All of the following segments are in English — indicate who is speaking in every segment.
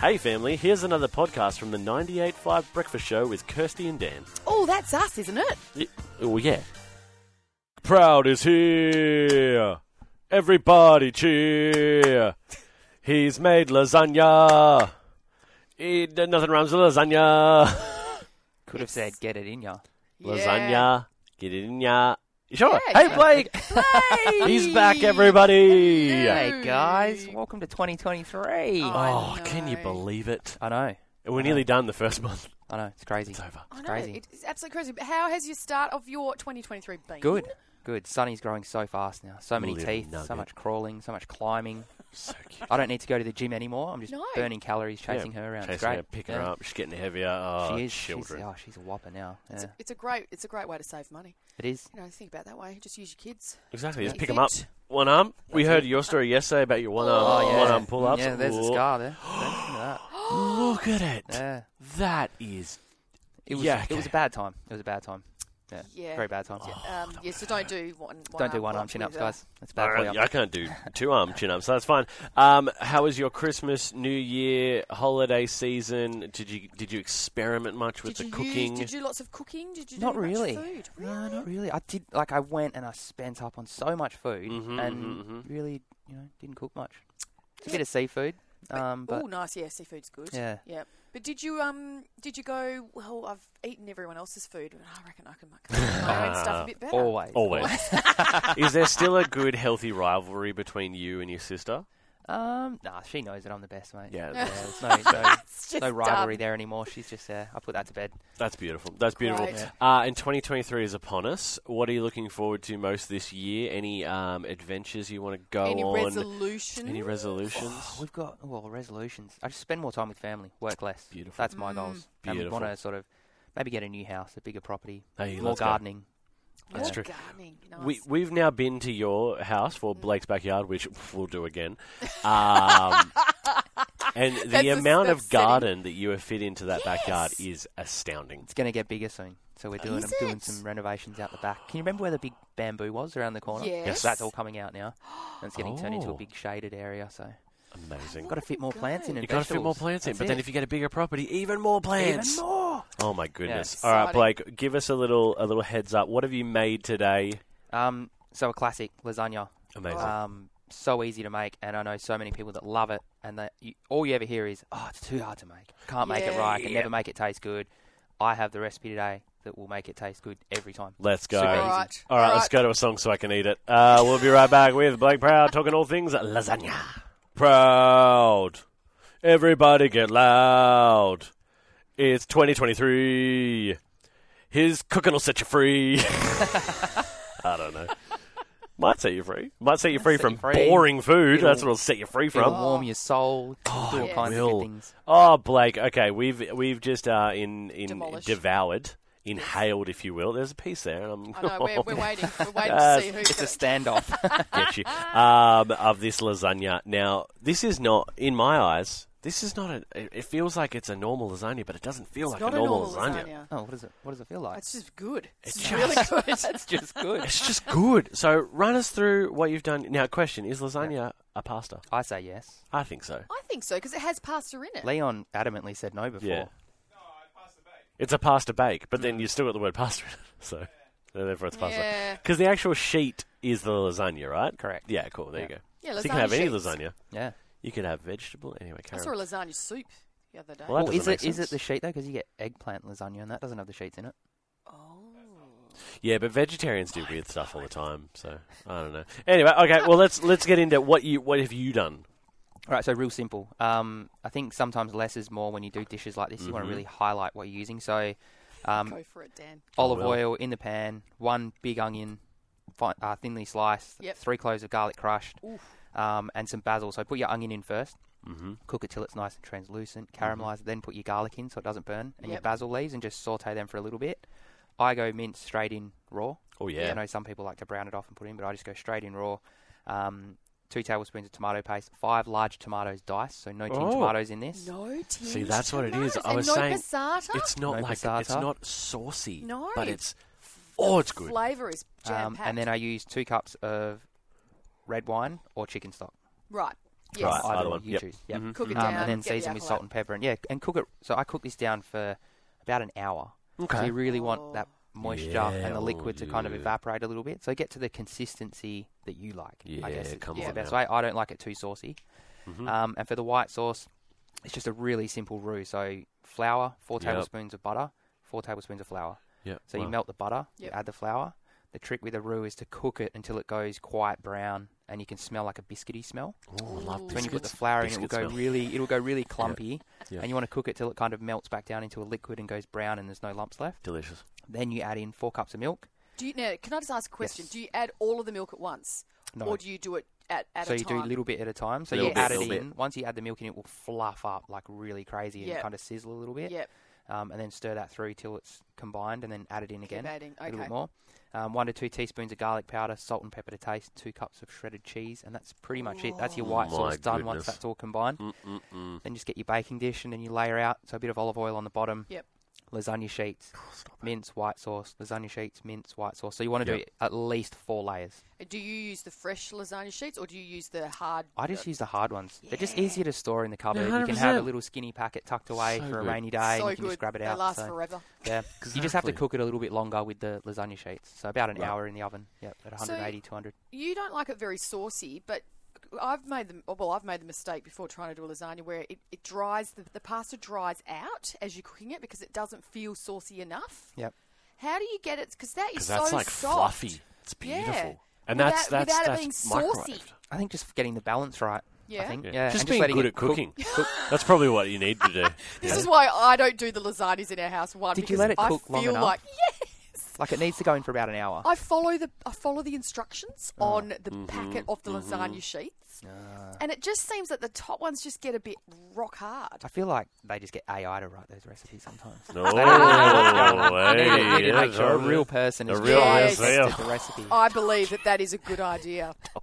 Speaker 1: Hey, family, here's another podcast from the 98.5 Breakfast Show with Kirsty and Dan.
Speaker 2: Oh, that's us, isn't it?
Speaker 1: Y- Oh, yeah. Proud is here. Everybody cheer. He's made lasagna. He, nothing rhymes with lasagna.
Speaker 3: Could have said, get it in ya.
Speaker 1: Lasagna. Get it in ya. You Sure.
Speaker 2: Yeah,
Speaker 1: hey, Blake.
Speaker 2: Hey!
Speaker 1: He's back, everybody.
Speaker 2: Hello.
Speaker 3: Hey guys, welcome to 2023.
Speaker 2: Oh.
Speaker 1: Oh,
Speaker 2: I
Speaker 1: can you
Speaker 2: know. Uh-huh.
Speaker 1: believe it?
Speaker 3: I know,
Speaker 1: We're nearly done the first month.
Speaker 3: I know, it's crazy.
Speaker 1: It's over.
Speaker 2: I
Speaker 3: It's
Speaker 2: know,
Speaker 3: crazy.
Speaker 2: it's absolutely crazy. But How has your start of your 2023 been?
Speaker 3: Good, good. Sonny's growing so fast now. So many
Speaker 1: Little
Speaker 3: teeth, so
Speaker 1: nugget.
Speaker 3: much crawling, so much climbing.
Speaker 1: So cute.
Speaker 3: I don't need to go to the gym anymore. I'm just
Speaker 2: No.
Speaker 3: burning calories, chasing
Speaker 1: Yeah,
Speaker 3: her around. it's
Speaker 1: Chasing
Speaker 3: great.
Speaker 1: her, picking
Speaker 3: Yeah.
Speaker 1: her up. She's getting heavier. Oh,
Speaker 3: she is.
Speaker 1: children.
Speaker 3: She's, oh, she's a whopper now.
Speaker 2: It's,
Speaker 3: Yeah,
Speaker 2: a, it's a great, it's a great way to save money.
Speaker 3: it is.
Speaker 2: You know, think about it that way. Just use your kids.
Speaker 1: Exactly. Just
Speaker 2: Make
Speaker 1: pick
Speaker 2: it.
Speaker 1: them up. One arm. we heard your story yesterday about your one arm,
Speaker 2: Oh, yeah.
Speaker 1: one arm pull ups.
Speaker 3: Yeah, there's a scar there. Yeah,
Speaker 1: Look
Speaker 3: look at
Speaker 1: at it.
Speaker 3: that. Yeah.
Speaker 1: That is.
Speaker 3: It was,
Speaker 1: Yeah,
Speaker 3: it was
Speaker 1: okay.
Speaker 3: a bad time. It was a bad time. Yeah,
Speaker 2: Yeah.
Speaker 3: very bad time.
Speaker 2: um, yeah, so don't do one. one
Speaker 3: Don't do one arm
Speaker 2: pull-ups
Speaker 3: chin ups,
Speaker 2: either.
Speaker 3: guys. That's bad for
Speaker 1: I,
Speaker 3: you.
Speaker 1: I can't do two arm chin ups. That's fine. Um, how was your Christmas, New Year, holiday season? Did you did you experiment much with
Speaker 2: Did you
Speaker 1: the cooking?
Speaker 2: Use, did you do lots of cooking? Did you do
Speaker 3: Not
Speaker 2: much
Speaker 3: really.
Speaker 2: Food?
Speaker 3: No, not really. I did like I went and I spent up on so much food
Speaker 1: Mhm,
Speaker 3: and
Speaker 1: mhm, mhm.
Speaker 3: really, you know, didn't cook much. Just a
Speaker 2: Yeah.
Speaker 3: bit of seafood, um, but
Speaker 2: oh, nice. Yeah, seafood's good.
Speaker 3: yeah,
Speaker 2: Yeah. But did you um did you go? Well, I've eaten everyone else's food, but I reckon I can make my own stuff a bit better.
Speaker 3: always,
Speaker 1: Always. is there still a good, healthy rivalry between you and your sister?
Speaker 3: Um, nah, she knows that I'm the best, mate.
Speaker 1: Yeah.
Speaker 3: there's no, no,
Speaker 2: It's just
Speaker 3: no rivalry
Speaker 2: done.
Speaker 3: there anymore. She's just there. I put that to bed.
Speaker 1: That's beautiful. That's beautiful.
Speaker 2: Great.
Speaker 1: Uh, and 2023 is upon us. What are you looking forward to most this year? Any um, adventures you want to go
Speaker 2: Any
Speaker 1: on?
Speaker 2: resolution?
Speaker 1: Any resolutions?
Speaker 3: We've got well resolutions. I just spend more time with family, work less.
Speaker 1: Beautiful.
Speaker 3: That's my goals. And we
Speaker 1: Beautiful.
Speaker 3: want to sort of maybe get a new house, a bigger property,
Speaker 1: Hey,
Speaker 3: more
Speaker 1: let's go.
Speaker 3: gardening.
Speaker 1: That's true.
Speaker 2: More Gardening. Nice.
Speaker 1: We, we've now been to your house for Blake's backyard, which we'll do again. Um, and the
Speaker 2: That's
Speaker 1: amount of
Speaker 2: upsetting.
Speaker 1: garden that you have fit into that backyard is astounding.
Speaker 3: It's going to get bigger soon. So we're doing
Speaker 2: Oh, Is
Speaker 3: I'm doing
Speaker 2: it?
Speaker 3: some renovations out the back. Can you remember where the big bamboo was around the corner?
Speaker 2: Yes. Yes.
Speaker 3: So that's all coming out now. And it's getting turned into
Speaker 1: Oh.
Speaker 3: a big shaded area. So
Speaker 2: Oh
Speaker 1: Amazing.
Speaker 3: got to fit more plants in.
Speaker 2: Good.
Speaker 3: And
Speaker 1: You've got to fit more
Speaker 3: vegetables.
Speaker 1: plants in,
Speaker 3: That's
Speaker 1: but then
Speaker 3: it.
Speaker 1: if you get a bigger property, even more plants.
Speaker 3: even more.
Speaker 1: Oh my goodness!
Speaker 2: Yeah.
Speaker 1: All right,
Speaker 2: Exciting.
Speaker 1: Blake, give us a little a little heads up. What have you made today?
Speaker 3: Um, so a classic lasagna.
Speaker 1: Amazing.
Speaker 2: Oh.
Speaker 3: Um, so easy to make, and I know so many people that love it, and that you, all you ever hear is, "Oh, it's too hard to make. Can't make it
Speaker 2: Yeah.
Speaker 3: right. I Can never make it taste good." I have the recipe today that will make it taste good every time.
Speaker 1: Let's go.
Speaker 3: Super
Speaker 1: All
Speaker 3: easy.
Speaker 1: right,
Speaker 2: Alright.
Speaker 1: let's go to a song so I can eat it. Uh, we'll be right back with Blake Proud talking all things lasagna. Proud. Everybody get loud. It's 2023. His cooking will set you free. I don't know. Might set you free. Might set you free
Speaker 3: set
Speaker 1: from
Speaker 3: you free.
Speaker 1: boring food.
Speaker 3: It'll-
Speaker 1: That's what it'll set you free
Speaker 3: It'll
Speaker 1: from. Oh,
Speaker 3: warm your soul. it'll do all
Speaker 2: it
Speaker 3: kinds of
Speaker 1: will.
Speaker 3: good things.
Speaker 1: Oh, Blake. Okay, we've we've just uh, in in
Speaker 2: Demolished.
Speaker 1: devoured, inhaled, if you will. There's a piece there, and I'm
Speaker 2: I know. We're, we're waiting. We're waiting
Speaker 1: Uh,
Speaker 2: to see who.
Speaker 3: It's a standoff.
Speaker 1: get you um, of this lasagna. Now, this is not in my eyes. This is not a. It it feels like it's a normal lasagna, but it doesn't feel like
Speaker 2: not
Speaker 1: a normal, lasagna.
Speaker 3: oh, what does it? What does it feel like?
Speaker 2: It's just good. It's,
Speaker 1: It's
Speaker 2: really
Speaker 1: just-
Speaker 2: good.
Speaker 3: It's just good.
Speaker 1: It's just good. So, run us through what you've done. Now, question: Is lasagna a pasta?
Speaker 3: I say yes.
Speaker 1: I think so.
Speaker 2: I think so because it has pasta in it.
Speaker 3: Leon adamantly said no before.
Speaker 1: Yeah. It's a pasta bake, but then you still got the word pasta in it, so therefore it's pasta.
Speaker 2: yeah.
Speaker 1: Because the actual sheet is the lasagna, right?
Speaker 3: Correct.
Speaker 1: Yeah, cool. There you
Speaker 3: Yeah.
Speaker 1: go.
Speaker 2: Yeah,
Speaker 1: So you can have any
Speaker 2: sheets.
Speaker 1: lasagna.
Speaker 3: Yeah.
Speaker 1: You can have vegetable. Anyway,
Speaker 2: I
Speaker 1: carry
Speaker 2: saw
Speaker 1: on.
Speaker 2: a lasagna soup the other day.
Speaker 1: Well, that
Speaker 3: Well, is
Speaker 1: doesn't
Speaker 3: it
Speaker 1: make
Speaker 3: is it the
Speaker 1: sense.
Speaker 3: sheet though? Because you get eggplant lasagna and that doesn't have the sheets in it.
Speaker 2: oh.
Speaker 1: Yeah, but vegetarians do weird stuff all the time, so I don't know. Anyway, okay, well let's let's get into what you what have you done?
Speaker 3: All right, so real simple. Um, I think sometimes less is more when you do dishes like this. You want
Speaker 1: Mhm.
Speaker 3: to really highlight what you're using. So, um,
Speaker 2: Go for it, Dan.
Speaker 3: olive
Speaker 1: will.
Speaker 3: oil in the pan, one big onion, fi- uh, thinly sliced,
Speaker 2: Yep.
Speaker 3: three cloves of garlic crushed,
Speaker 2: Oof.
Speaker 3: um, and some basil. So put your onion in first,
Speaker 1: Mm-hmm.
Speaker 3: cook it till it's nice and translucent, caramelize it, then put your garlic in so it doesn't burn, and your
Speaker 2: Yep.
Speaker 3: basil leaves, and just saute them for a little bit. I go mince straight in raw.
Speaker 1: Oh
Speaker 3: I
Speaker 1: yeah.
Speaker 3: know some people like to brown it off and put it in, but I just go straight in raw. Um, two tablespoons of tomato paste, five large tomatoes diced, so no tin
Speaker 1: Oh.
Speaker 3: tomatoes in this.
Speaker 2: No tea.
Speaker 1: See, that's what it is. I
Speaker 2: and
Speaker 1: was
Speaker 2: no
Speaker 1: saying
Speaker 2: passata.
Speaker 1: It's not
Speaker 3: No
Speaker 1: like it's
Speaker 3: passata.
Speaker 1: not saucy.
Speaker 2: No.
Speaker 1: But it's oh it's good.
Speaker 2: Flavour is jam
Speaker 3: Um,
Speaker 2: packed.
Speaker 3: and then I use two cups of red wine or chicken stock.
Speaker 2: right. Yes.
Speaker 1: Right,
Speaker 3: either
Speaker 1: either
Speaker 3: or,
Speaker 1: one.
Speaker 3: you
Speaker 1: Yep.
Speaker 3: choose. Yep.
Speaker 1: Mhm.
Speaker 2: Cook it
Speaker 3: Um,
Speaker 2: down.
Speaker 3: and then
Speaker 2: get the
Speaker 3: season with
Speaker 2: apple
Speaker 3: salt
Speaker 2: out.
Speaker 3: and pepper, and yeah, and cook it. So I cook this down for about an hour. So
Speaker 1: Okay.
Speaker 3: you really want that moisture
Speaker 1: Oh. Yeah,
Speaker 3: and the liquid to kind of
Speaker 1: yeah.
Speaker 3: evaporate a little bit. So get to the consistency that you like.
Speaker 1: Yeah,
Speaker 3: I guess is-
Speaker 1: come
Speaker 3: is
Speaker 2: on
Speaker 3: the best
Speaker 1: now.
Speaker 3: way. I don't like it too saucy.
Speaker 1: Mhm.
Speaker 3: Um, and for the white sauce, it's just a really simple roux. So flour, four
Speaker 1: Yep.
Speaker 3: tablespoons of butter, four tablespoons of flour.
Speaker 1: Yep.
Speaker 3: So
Speaker 1: wow.
Speaker 3: you melt the butter, you
Speaker 2: Yep.
Speaker 3: add the flour. The trick with a roux is to cook it until it goes quite brown and you can smell like a biscuity smell.
Speaker 1: Ooh, I love
Speaker 2: Ooh.
Speaker 1: biscuits.
Speaker 3: So when you put the flour in, it will
Speaker 1: Biscuit
Speaker 3: go
Speaker 1: smell.
Speaker 3: really, it'll go really clumpy,
Speaker 1: Yeah.
Speaker 3: and you want to cook it till it kind of melts back down into a liquid and goes brown, and there's no lumps left.
Speaker 1: Delicious.
Speaker 3: Then you add in four cups of milk.
Speaker 2: Do you, now, can I just ask a question?
Speaker 3: Yes.
Speaker 2: Do you add all of the milk at once,
Speaker 3: No,
Speaker 2: or do you do it at, at
Speaker 3: so
Speaker 2: a
Speaker 3: you
Speaker 2: time?
Speaker 3: do a little bit at a time. So
Speaker 1: Little
Speaker 3: you
Speaker 1: bit,
Speaker 3: add it
Speaker 1: little bit.
Speaker 3: in. Once you add the milk in, it will fluff up like really crazy and
Speaker 2: Yep.
Speaker 3: kind of sizzle a little bit.
Speaker 2: Yep.
Speaker 3: Um, and then stir that through till it's combined, and then add it in
Speaker 2: Keep
Speaker 3: again.
Speaker 2: adding.
Speaker 3: A little
Speaker 2: Okay.
Speaker 3: bit more. Um, one to two teaspoons of garlic powder, salt and pepper to taste, two cups of shredded cheese, and that's pretty much it. That's your
Speaker 1: Oh.
Speaker 3: white
Speaker 1: My
Speaker 3: sauce done once
Speaker 1: goodness.
Speaker 3: that's all combined.
Speaker 1: Mm-mm-mm.
Speaker 3: Then just get your baking dish and then you layer out. So a bit of olive oil on the bottom.
Speaker 2: Yep.
Speaker 3: Lasagna sheets, mince, white sauce. Lasagna sheets, mince, white sauce. So you want to
Speaker 1: Yep.
Speaker 3: do at least four layers.
Speaker 2: Do you use the fresh lasagna sheets, or do you use the hard? uh,
Speaker 3: I just use the hard ones. They're just
Speaker 2: Yeah.
Speaker 3: easier to store in the cupboard. You can
Speaker 1: 100%.
Speaker 3: have a little skinny packet tucked away
Speaker 1: So
Speaker 3: for a
Speaker 1: good.
Speaker 3: rainy day.
Speaker 2: so
Speaker 3: and you can
Speaker 2: good.
Speaker 3: just grab it
Speaker 2: They
Speaker 3: out.
Speaker 2: last
Speaker 3: so,
Speaker 2: forever.
Speaker 3: yeah. You just have to
Speaker 1: Exactly.
Speaker 3: cook it a little bit longer with the lasagna sheets. So about an
Speaker 1: Right.
Speaker 3: hour in the oven. Yep, at
Speaker 2: So-
Speaker 3: 180, 200.
Speaker 2: You don't like it very saucy, but I've made the well, I've made the mistake before trying to do a lasagna where it, it dries the, the pasta dries out as you're cooking it because it doesn't feel saucy enough.
Speaker 3: Yep.
Speaker 2: How do you get it? Because that is
Speaker 1: Because
Speaker 2: so
Speaker 1: that's like
Speaker 2: soft.
Speaker 1: fluffy. It's beautiful. And
Speaker 2: Without-
Speaker 1: that's that's
Speaker 2: without it
Speaker 1: that's
Speaker 2: being
Speaker 1: microwaved.
Speaker 2: saucy.
Speaker 3: I think just getting the balance right.
Speaker 2: Yeah.
Speaker 3: I think.
Speaker 1: Yeah.
Speaker 3: Yeah.
Speaker 1: Just
Speaker 3: and
Speaker 1: being
Speaker 3: letting
Speaker 1: good
Speaker 3: it
Speaker 1: at
Speaker 3: cook-
Speaker 1: cooking.
Speaker 3: cook-
Speaker 1: That's probably what you need to do.
Speaker 2: This is why I don't do the lasagnas in our house. One,
Speaker 3: Did you
Speaker 2: because
Speaker 3: let it
Speaker 2: I
Speaker 3: cook long
Speaker 2: feel
Speaker 3: enough?
Speaker 2: like
Speaker 3: Like it needs to go in for about an hour.
Speaker 2: I follow the I follow the instructions
Speaker 1: Ah.
Speaker 2: on the
Speaker 1: Mm-hmm,
Speaker 2: packet of the lasagna sheets, and it just seems that the top ones just get a bit rock hard.
Speaker 3: I feel like they just get AI to write those recipes sometimes.
Speaker 1: No,
Speaker 3: They need to- they need
Speaker 1: hey,
Speaker 3: to make sure a
Speaker 1: yeah,
Speaker 3: real person
Speaker 1: A
Speaker 3: is
Speaker 1: real
Speaker 2: Yes.
Speaker 1: person.
Speaker 3: the recipe.
Speaker 2: I believe that that is a good idea.
Speaker 1: Oh,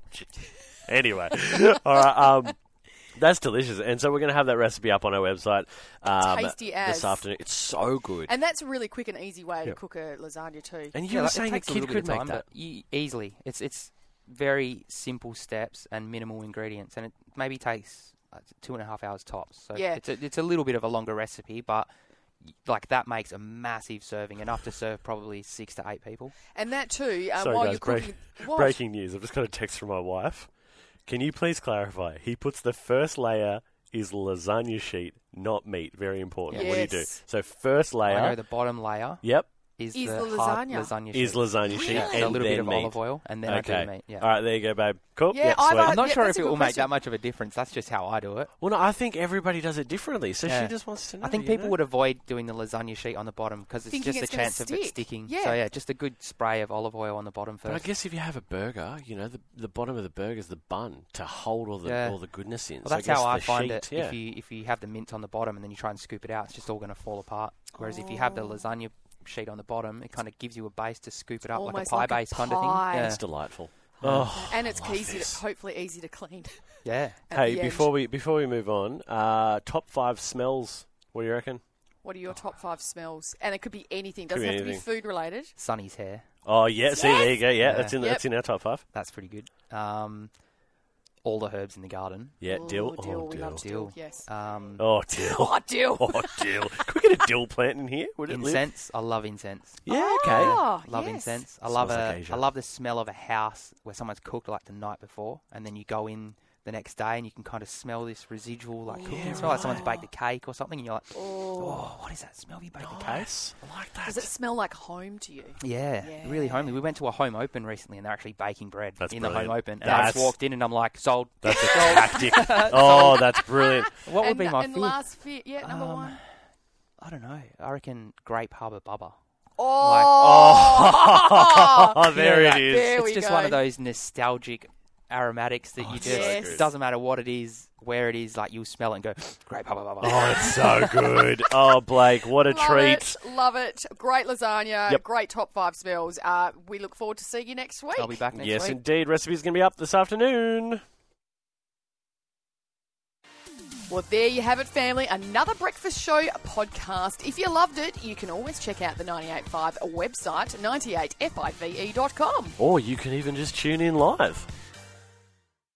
Speaker 1: anyway, all right. Um, that's delicious, and so we're going to have that recipe up on our website um,
Speaker 2: Tasty
Speaker 1: this
Speaker 2: as.
Speaker 1: afternoon. It's so good.
Speaker 2: And that's a really quick and easy way
Speaker 1: Yeah.
Speaker 2: to cook a lasagna too.
Speaker 1: And you
Speaker 3: Yeah,
Speaker 1: were
Speaker 3: like, it
Speaker 1: saying a
Speaker 3: takes
Speaker 1: kid
Speaker 3: little bit
Speaker 1: could
Speaker 3: of
Speaker 1: make
Speaker 3: time,
Speaker 1: that.
Speaker 3: but you, easily. It's it's very simple steps and minimal ingredients, and it maybe takes uh, two and a half hours tops. So
Speaker 2: Yeah.
Speaker 3: it's a, it's a little bit of a longer recipe, but y- like that makes a massive serving, enough to serve probably six to eight people.
Speaker 2: And that too, uh,
Speaker 1: Sorry,
Speaker 2: while
Speaker 1: guys,
Speaker 2: you're
Speaker 1: break-
Speaker 2: cooking, what?
Speaker 1: Breaking news! I've just got a text from my wife. Can you please clarify? He puts the first layer is lasagna sheet, not meat. Very important. What do you do?
Speaker 2: Yes.
Speaker 1: So first
Speaker 3: I know
Speaker 1: layer.
Speaker 3: the bottom layer
Speaker 1: Yep,
Speaker 3: is,
Speaker 2: Is
Speaker 3: the,
Speaker 2: the
Speaker 3: hard
Speaker 2: lasagna.
Speaker 3: lasagna
Speaker 1: is
Speaker 3: sheet.
Speaker 1: lasagna sheet
Speaker 3: yeah,
Speaker 2: Really?
Speaker 1: and
Speaker 3: so a little
Speaker 1: then
Speaker 3: bit of
Speaker 1: meat.
Speaker 3: olive oil, and then I
Speaker 1: okay.
Speaker 3: do meat. Yeah.
Speaker 1: All right, there you go, babe. Cool.
Speaker 2: Yeah,
Speaker 1: Yep,
Speaker 2: I
Speaker 1: sweet.
Speaker 2: like-
Speaker 3: I'm not
Speaker 2: Yeah,
Speaker 3: sure
Speaker 2: that's
Speaker 3: if
Speaker 2: a
Speaker 3: it
Speaker 2: good
Speaker 3: will make
Speaker 2: question.
Speaker 3: that much of a difference. That's just how I do it.
Speaker 1: Well, no, I think everybody does it differently, so
Speaker 3: Yeah.
Speaker 1: she just wants to know.
Speaker 3: I think
Speaker 1: you
Speaker 3: people
Speaker 1: know?
Speaker 3: would avoid doing the lasagna sheet on the bottom because it's
Speaker 2: Thinking
Speaker 3: just
Speaker 2: it's
Speaker 3: a
Speaker 2: gonna
Speaker 3: chance of it
Speaker 2: stick.
Speaker 3: sticking.
Speaker 2: Yeah.
Speaker 3: So yeah, just a good spray of olive oil on the bottom
Speaker 1: But I
Speaker 3: first.
Speaker 1: guess if you have a burger, you know the the bottom of the burger is the bun to hold all the
Speaker 3: Yeah.
Speaker 1: all the goodness in.
Speaker 3: Well,
Speaker 1: So
Speaker 3: that's
Speaker 1: guess
Speaker 3: how I
Speaker 1: the
Speaker 3: find
Speaker 1: sheet,
Speaker 3: it.
Speaker 1: Yeah.
Speaker 3: If you uh, if you have the mint on the bottom and then you try and scoop it out, it's just all going to fall apart. Whereas if you have the
Speaker 2: Oh.
Speaker 3: lasagna sheet on the bottom, it kind of gives you a base to scoop it up like a
Speaker 2: Almost
Speaker 3: pie
Speaker 2: like a
Speaker 3: base kind of thing.
Speaker 2: pie.
Speaker 3: Yeah.
Speaker 1: It's delightful. Oh,
Speaker 2: and it's easy,
Speaker 1: this.
Speaker 2: to, hopefully easy to clean.
Speaker 3: yeah.
Speaker 2: at
Speaker 1: hey,
Speaker 2: the end.
Speaker 1: before we before we move on, uh, top five smells. What do you reckon?
Speaker 2: what are your top five smells? And it could be anything. Doesn't
Speaker 1: be
Speaker 2: have to be
Speaker 1: anything.
Speaker 2: food related.
Speaker 3: Sonny's hair.
Speaker 1: Oh yeah, see there you go. Yeah,
Speaker 3: Yeah.
Speaker 1: that's in
Speaker 2: Yep.
Speaker 1: that's in our top five.
Speaker 3: That's pretty good. Um, all the herbs in the garden.
Speaker 1: Yeah,
Speaker 2: Ooh,
Speaker 1: dill.
Speaker 2: dill,
Speaker 1: Oh
Speaker 2: we
Speaker 1: dill.
Speaker 2: love dill.
Speaker 3: Dill.
Speaker 2: Yes.
Speaker 3: Um,
Speaker 1: Oh dill.
Speaker 2: Oh, dill.
Speaker 1: Oh dill. Could we get a dill plant in here? Would it live?
Speaker 3: incense. I love incense.
Speaker 1: Yeah. Okay.
Speaker 2: Oh,
Speaker 3: Love
Speaker 2: yes.
Speaker 3: incense. I love
Speaker 1: Smells like
Speaker 3: a-
Speaker 1: Asia.
Speaker 3: I love the smell of a house where someone's cooked like the night before, and then you go in the next day and you can kind of smell this residual like cooking smell, like someone's baked a cake or something, and you're like, oh, what is that smell? Have you baked a cake?
Speaker 1: Nice. I like that.
Speaker 2: Does it smell like home to you?
Speaker 3: Yeah, really homely. We went to a home open recently, and they're actually baking bread
Speaker 1: That's
Speaker 3: in the
Speaker 1: brilliant.
Speaker 3: home open. And I
Speaker 1: That's-
Speaker 3: just walked in, and I'm like, sold.
Speaker 1: That's a tactic. oh, that's brilliant.
Speaker 3: What would
Speaker 2: and
Speaker 3: be my
Speaker 2: and
Speaker 3: fifth?
Speaker 2: last fear, yeah, number
Speaker 3: Um,
Speaker 2: one.
Speaker 3: I don't know. I reckon grape harbor bubba.
Speaker 2: Oh,
Speaker 1: Oh, there
Speaker 3: Yeah,
Speaker 1: it
Speaker 3: that-
Speaker 1: is.
Speaker 2: There
Speaker 3: it's
Speaker 2: we
Speaker 3: just
Speaker 2: go.
Speaker 3: one of those nostalgic aromatics that you
Speaker 1: Oh, it's
Speaker 3: just
Speaker 2: so good.
Speaker 3: doesn't matter what it is, where it is, like you'll smell it and go grape harbor bubba.
Speaker 1: Oh, it's so good. Oh, Blake, what a
Speaker 2: love
Speaker 1: treat.
Speaker 2: it, love it. Great lasagna,
Speaker 1: Yep.
Speaker 2: great top five smells. Uh, we look forward to seeing you next week.
Speaker 3: I'll be back next
Speaker 1: yes,
Speaker 3: week.
Speaker 1: indeed. Recipe's going to be up this afternoon.
Speaker 2: Well, there you have it, family. Another Breakfast Show podcast. If you loved it, you can always check out the 98.5 website, 98five.com.
Speaker 1: Or you can even just tune in live.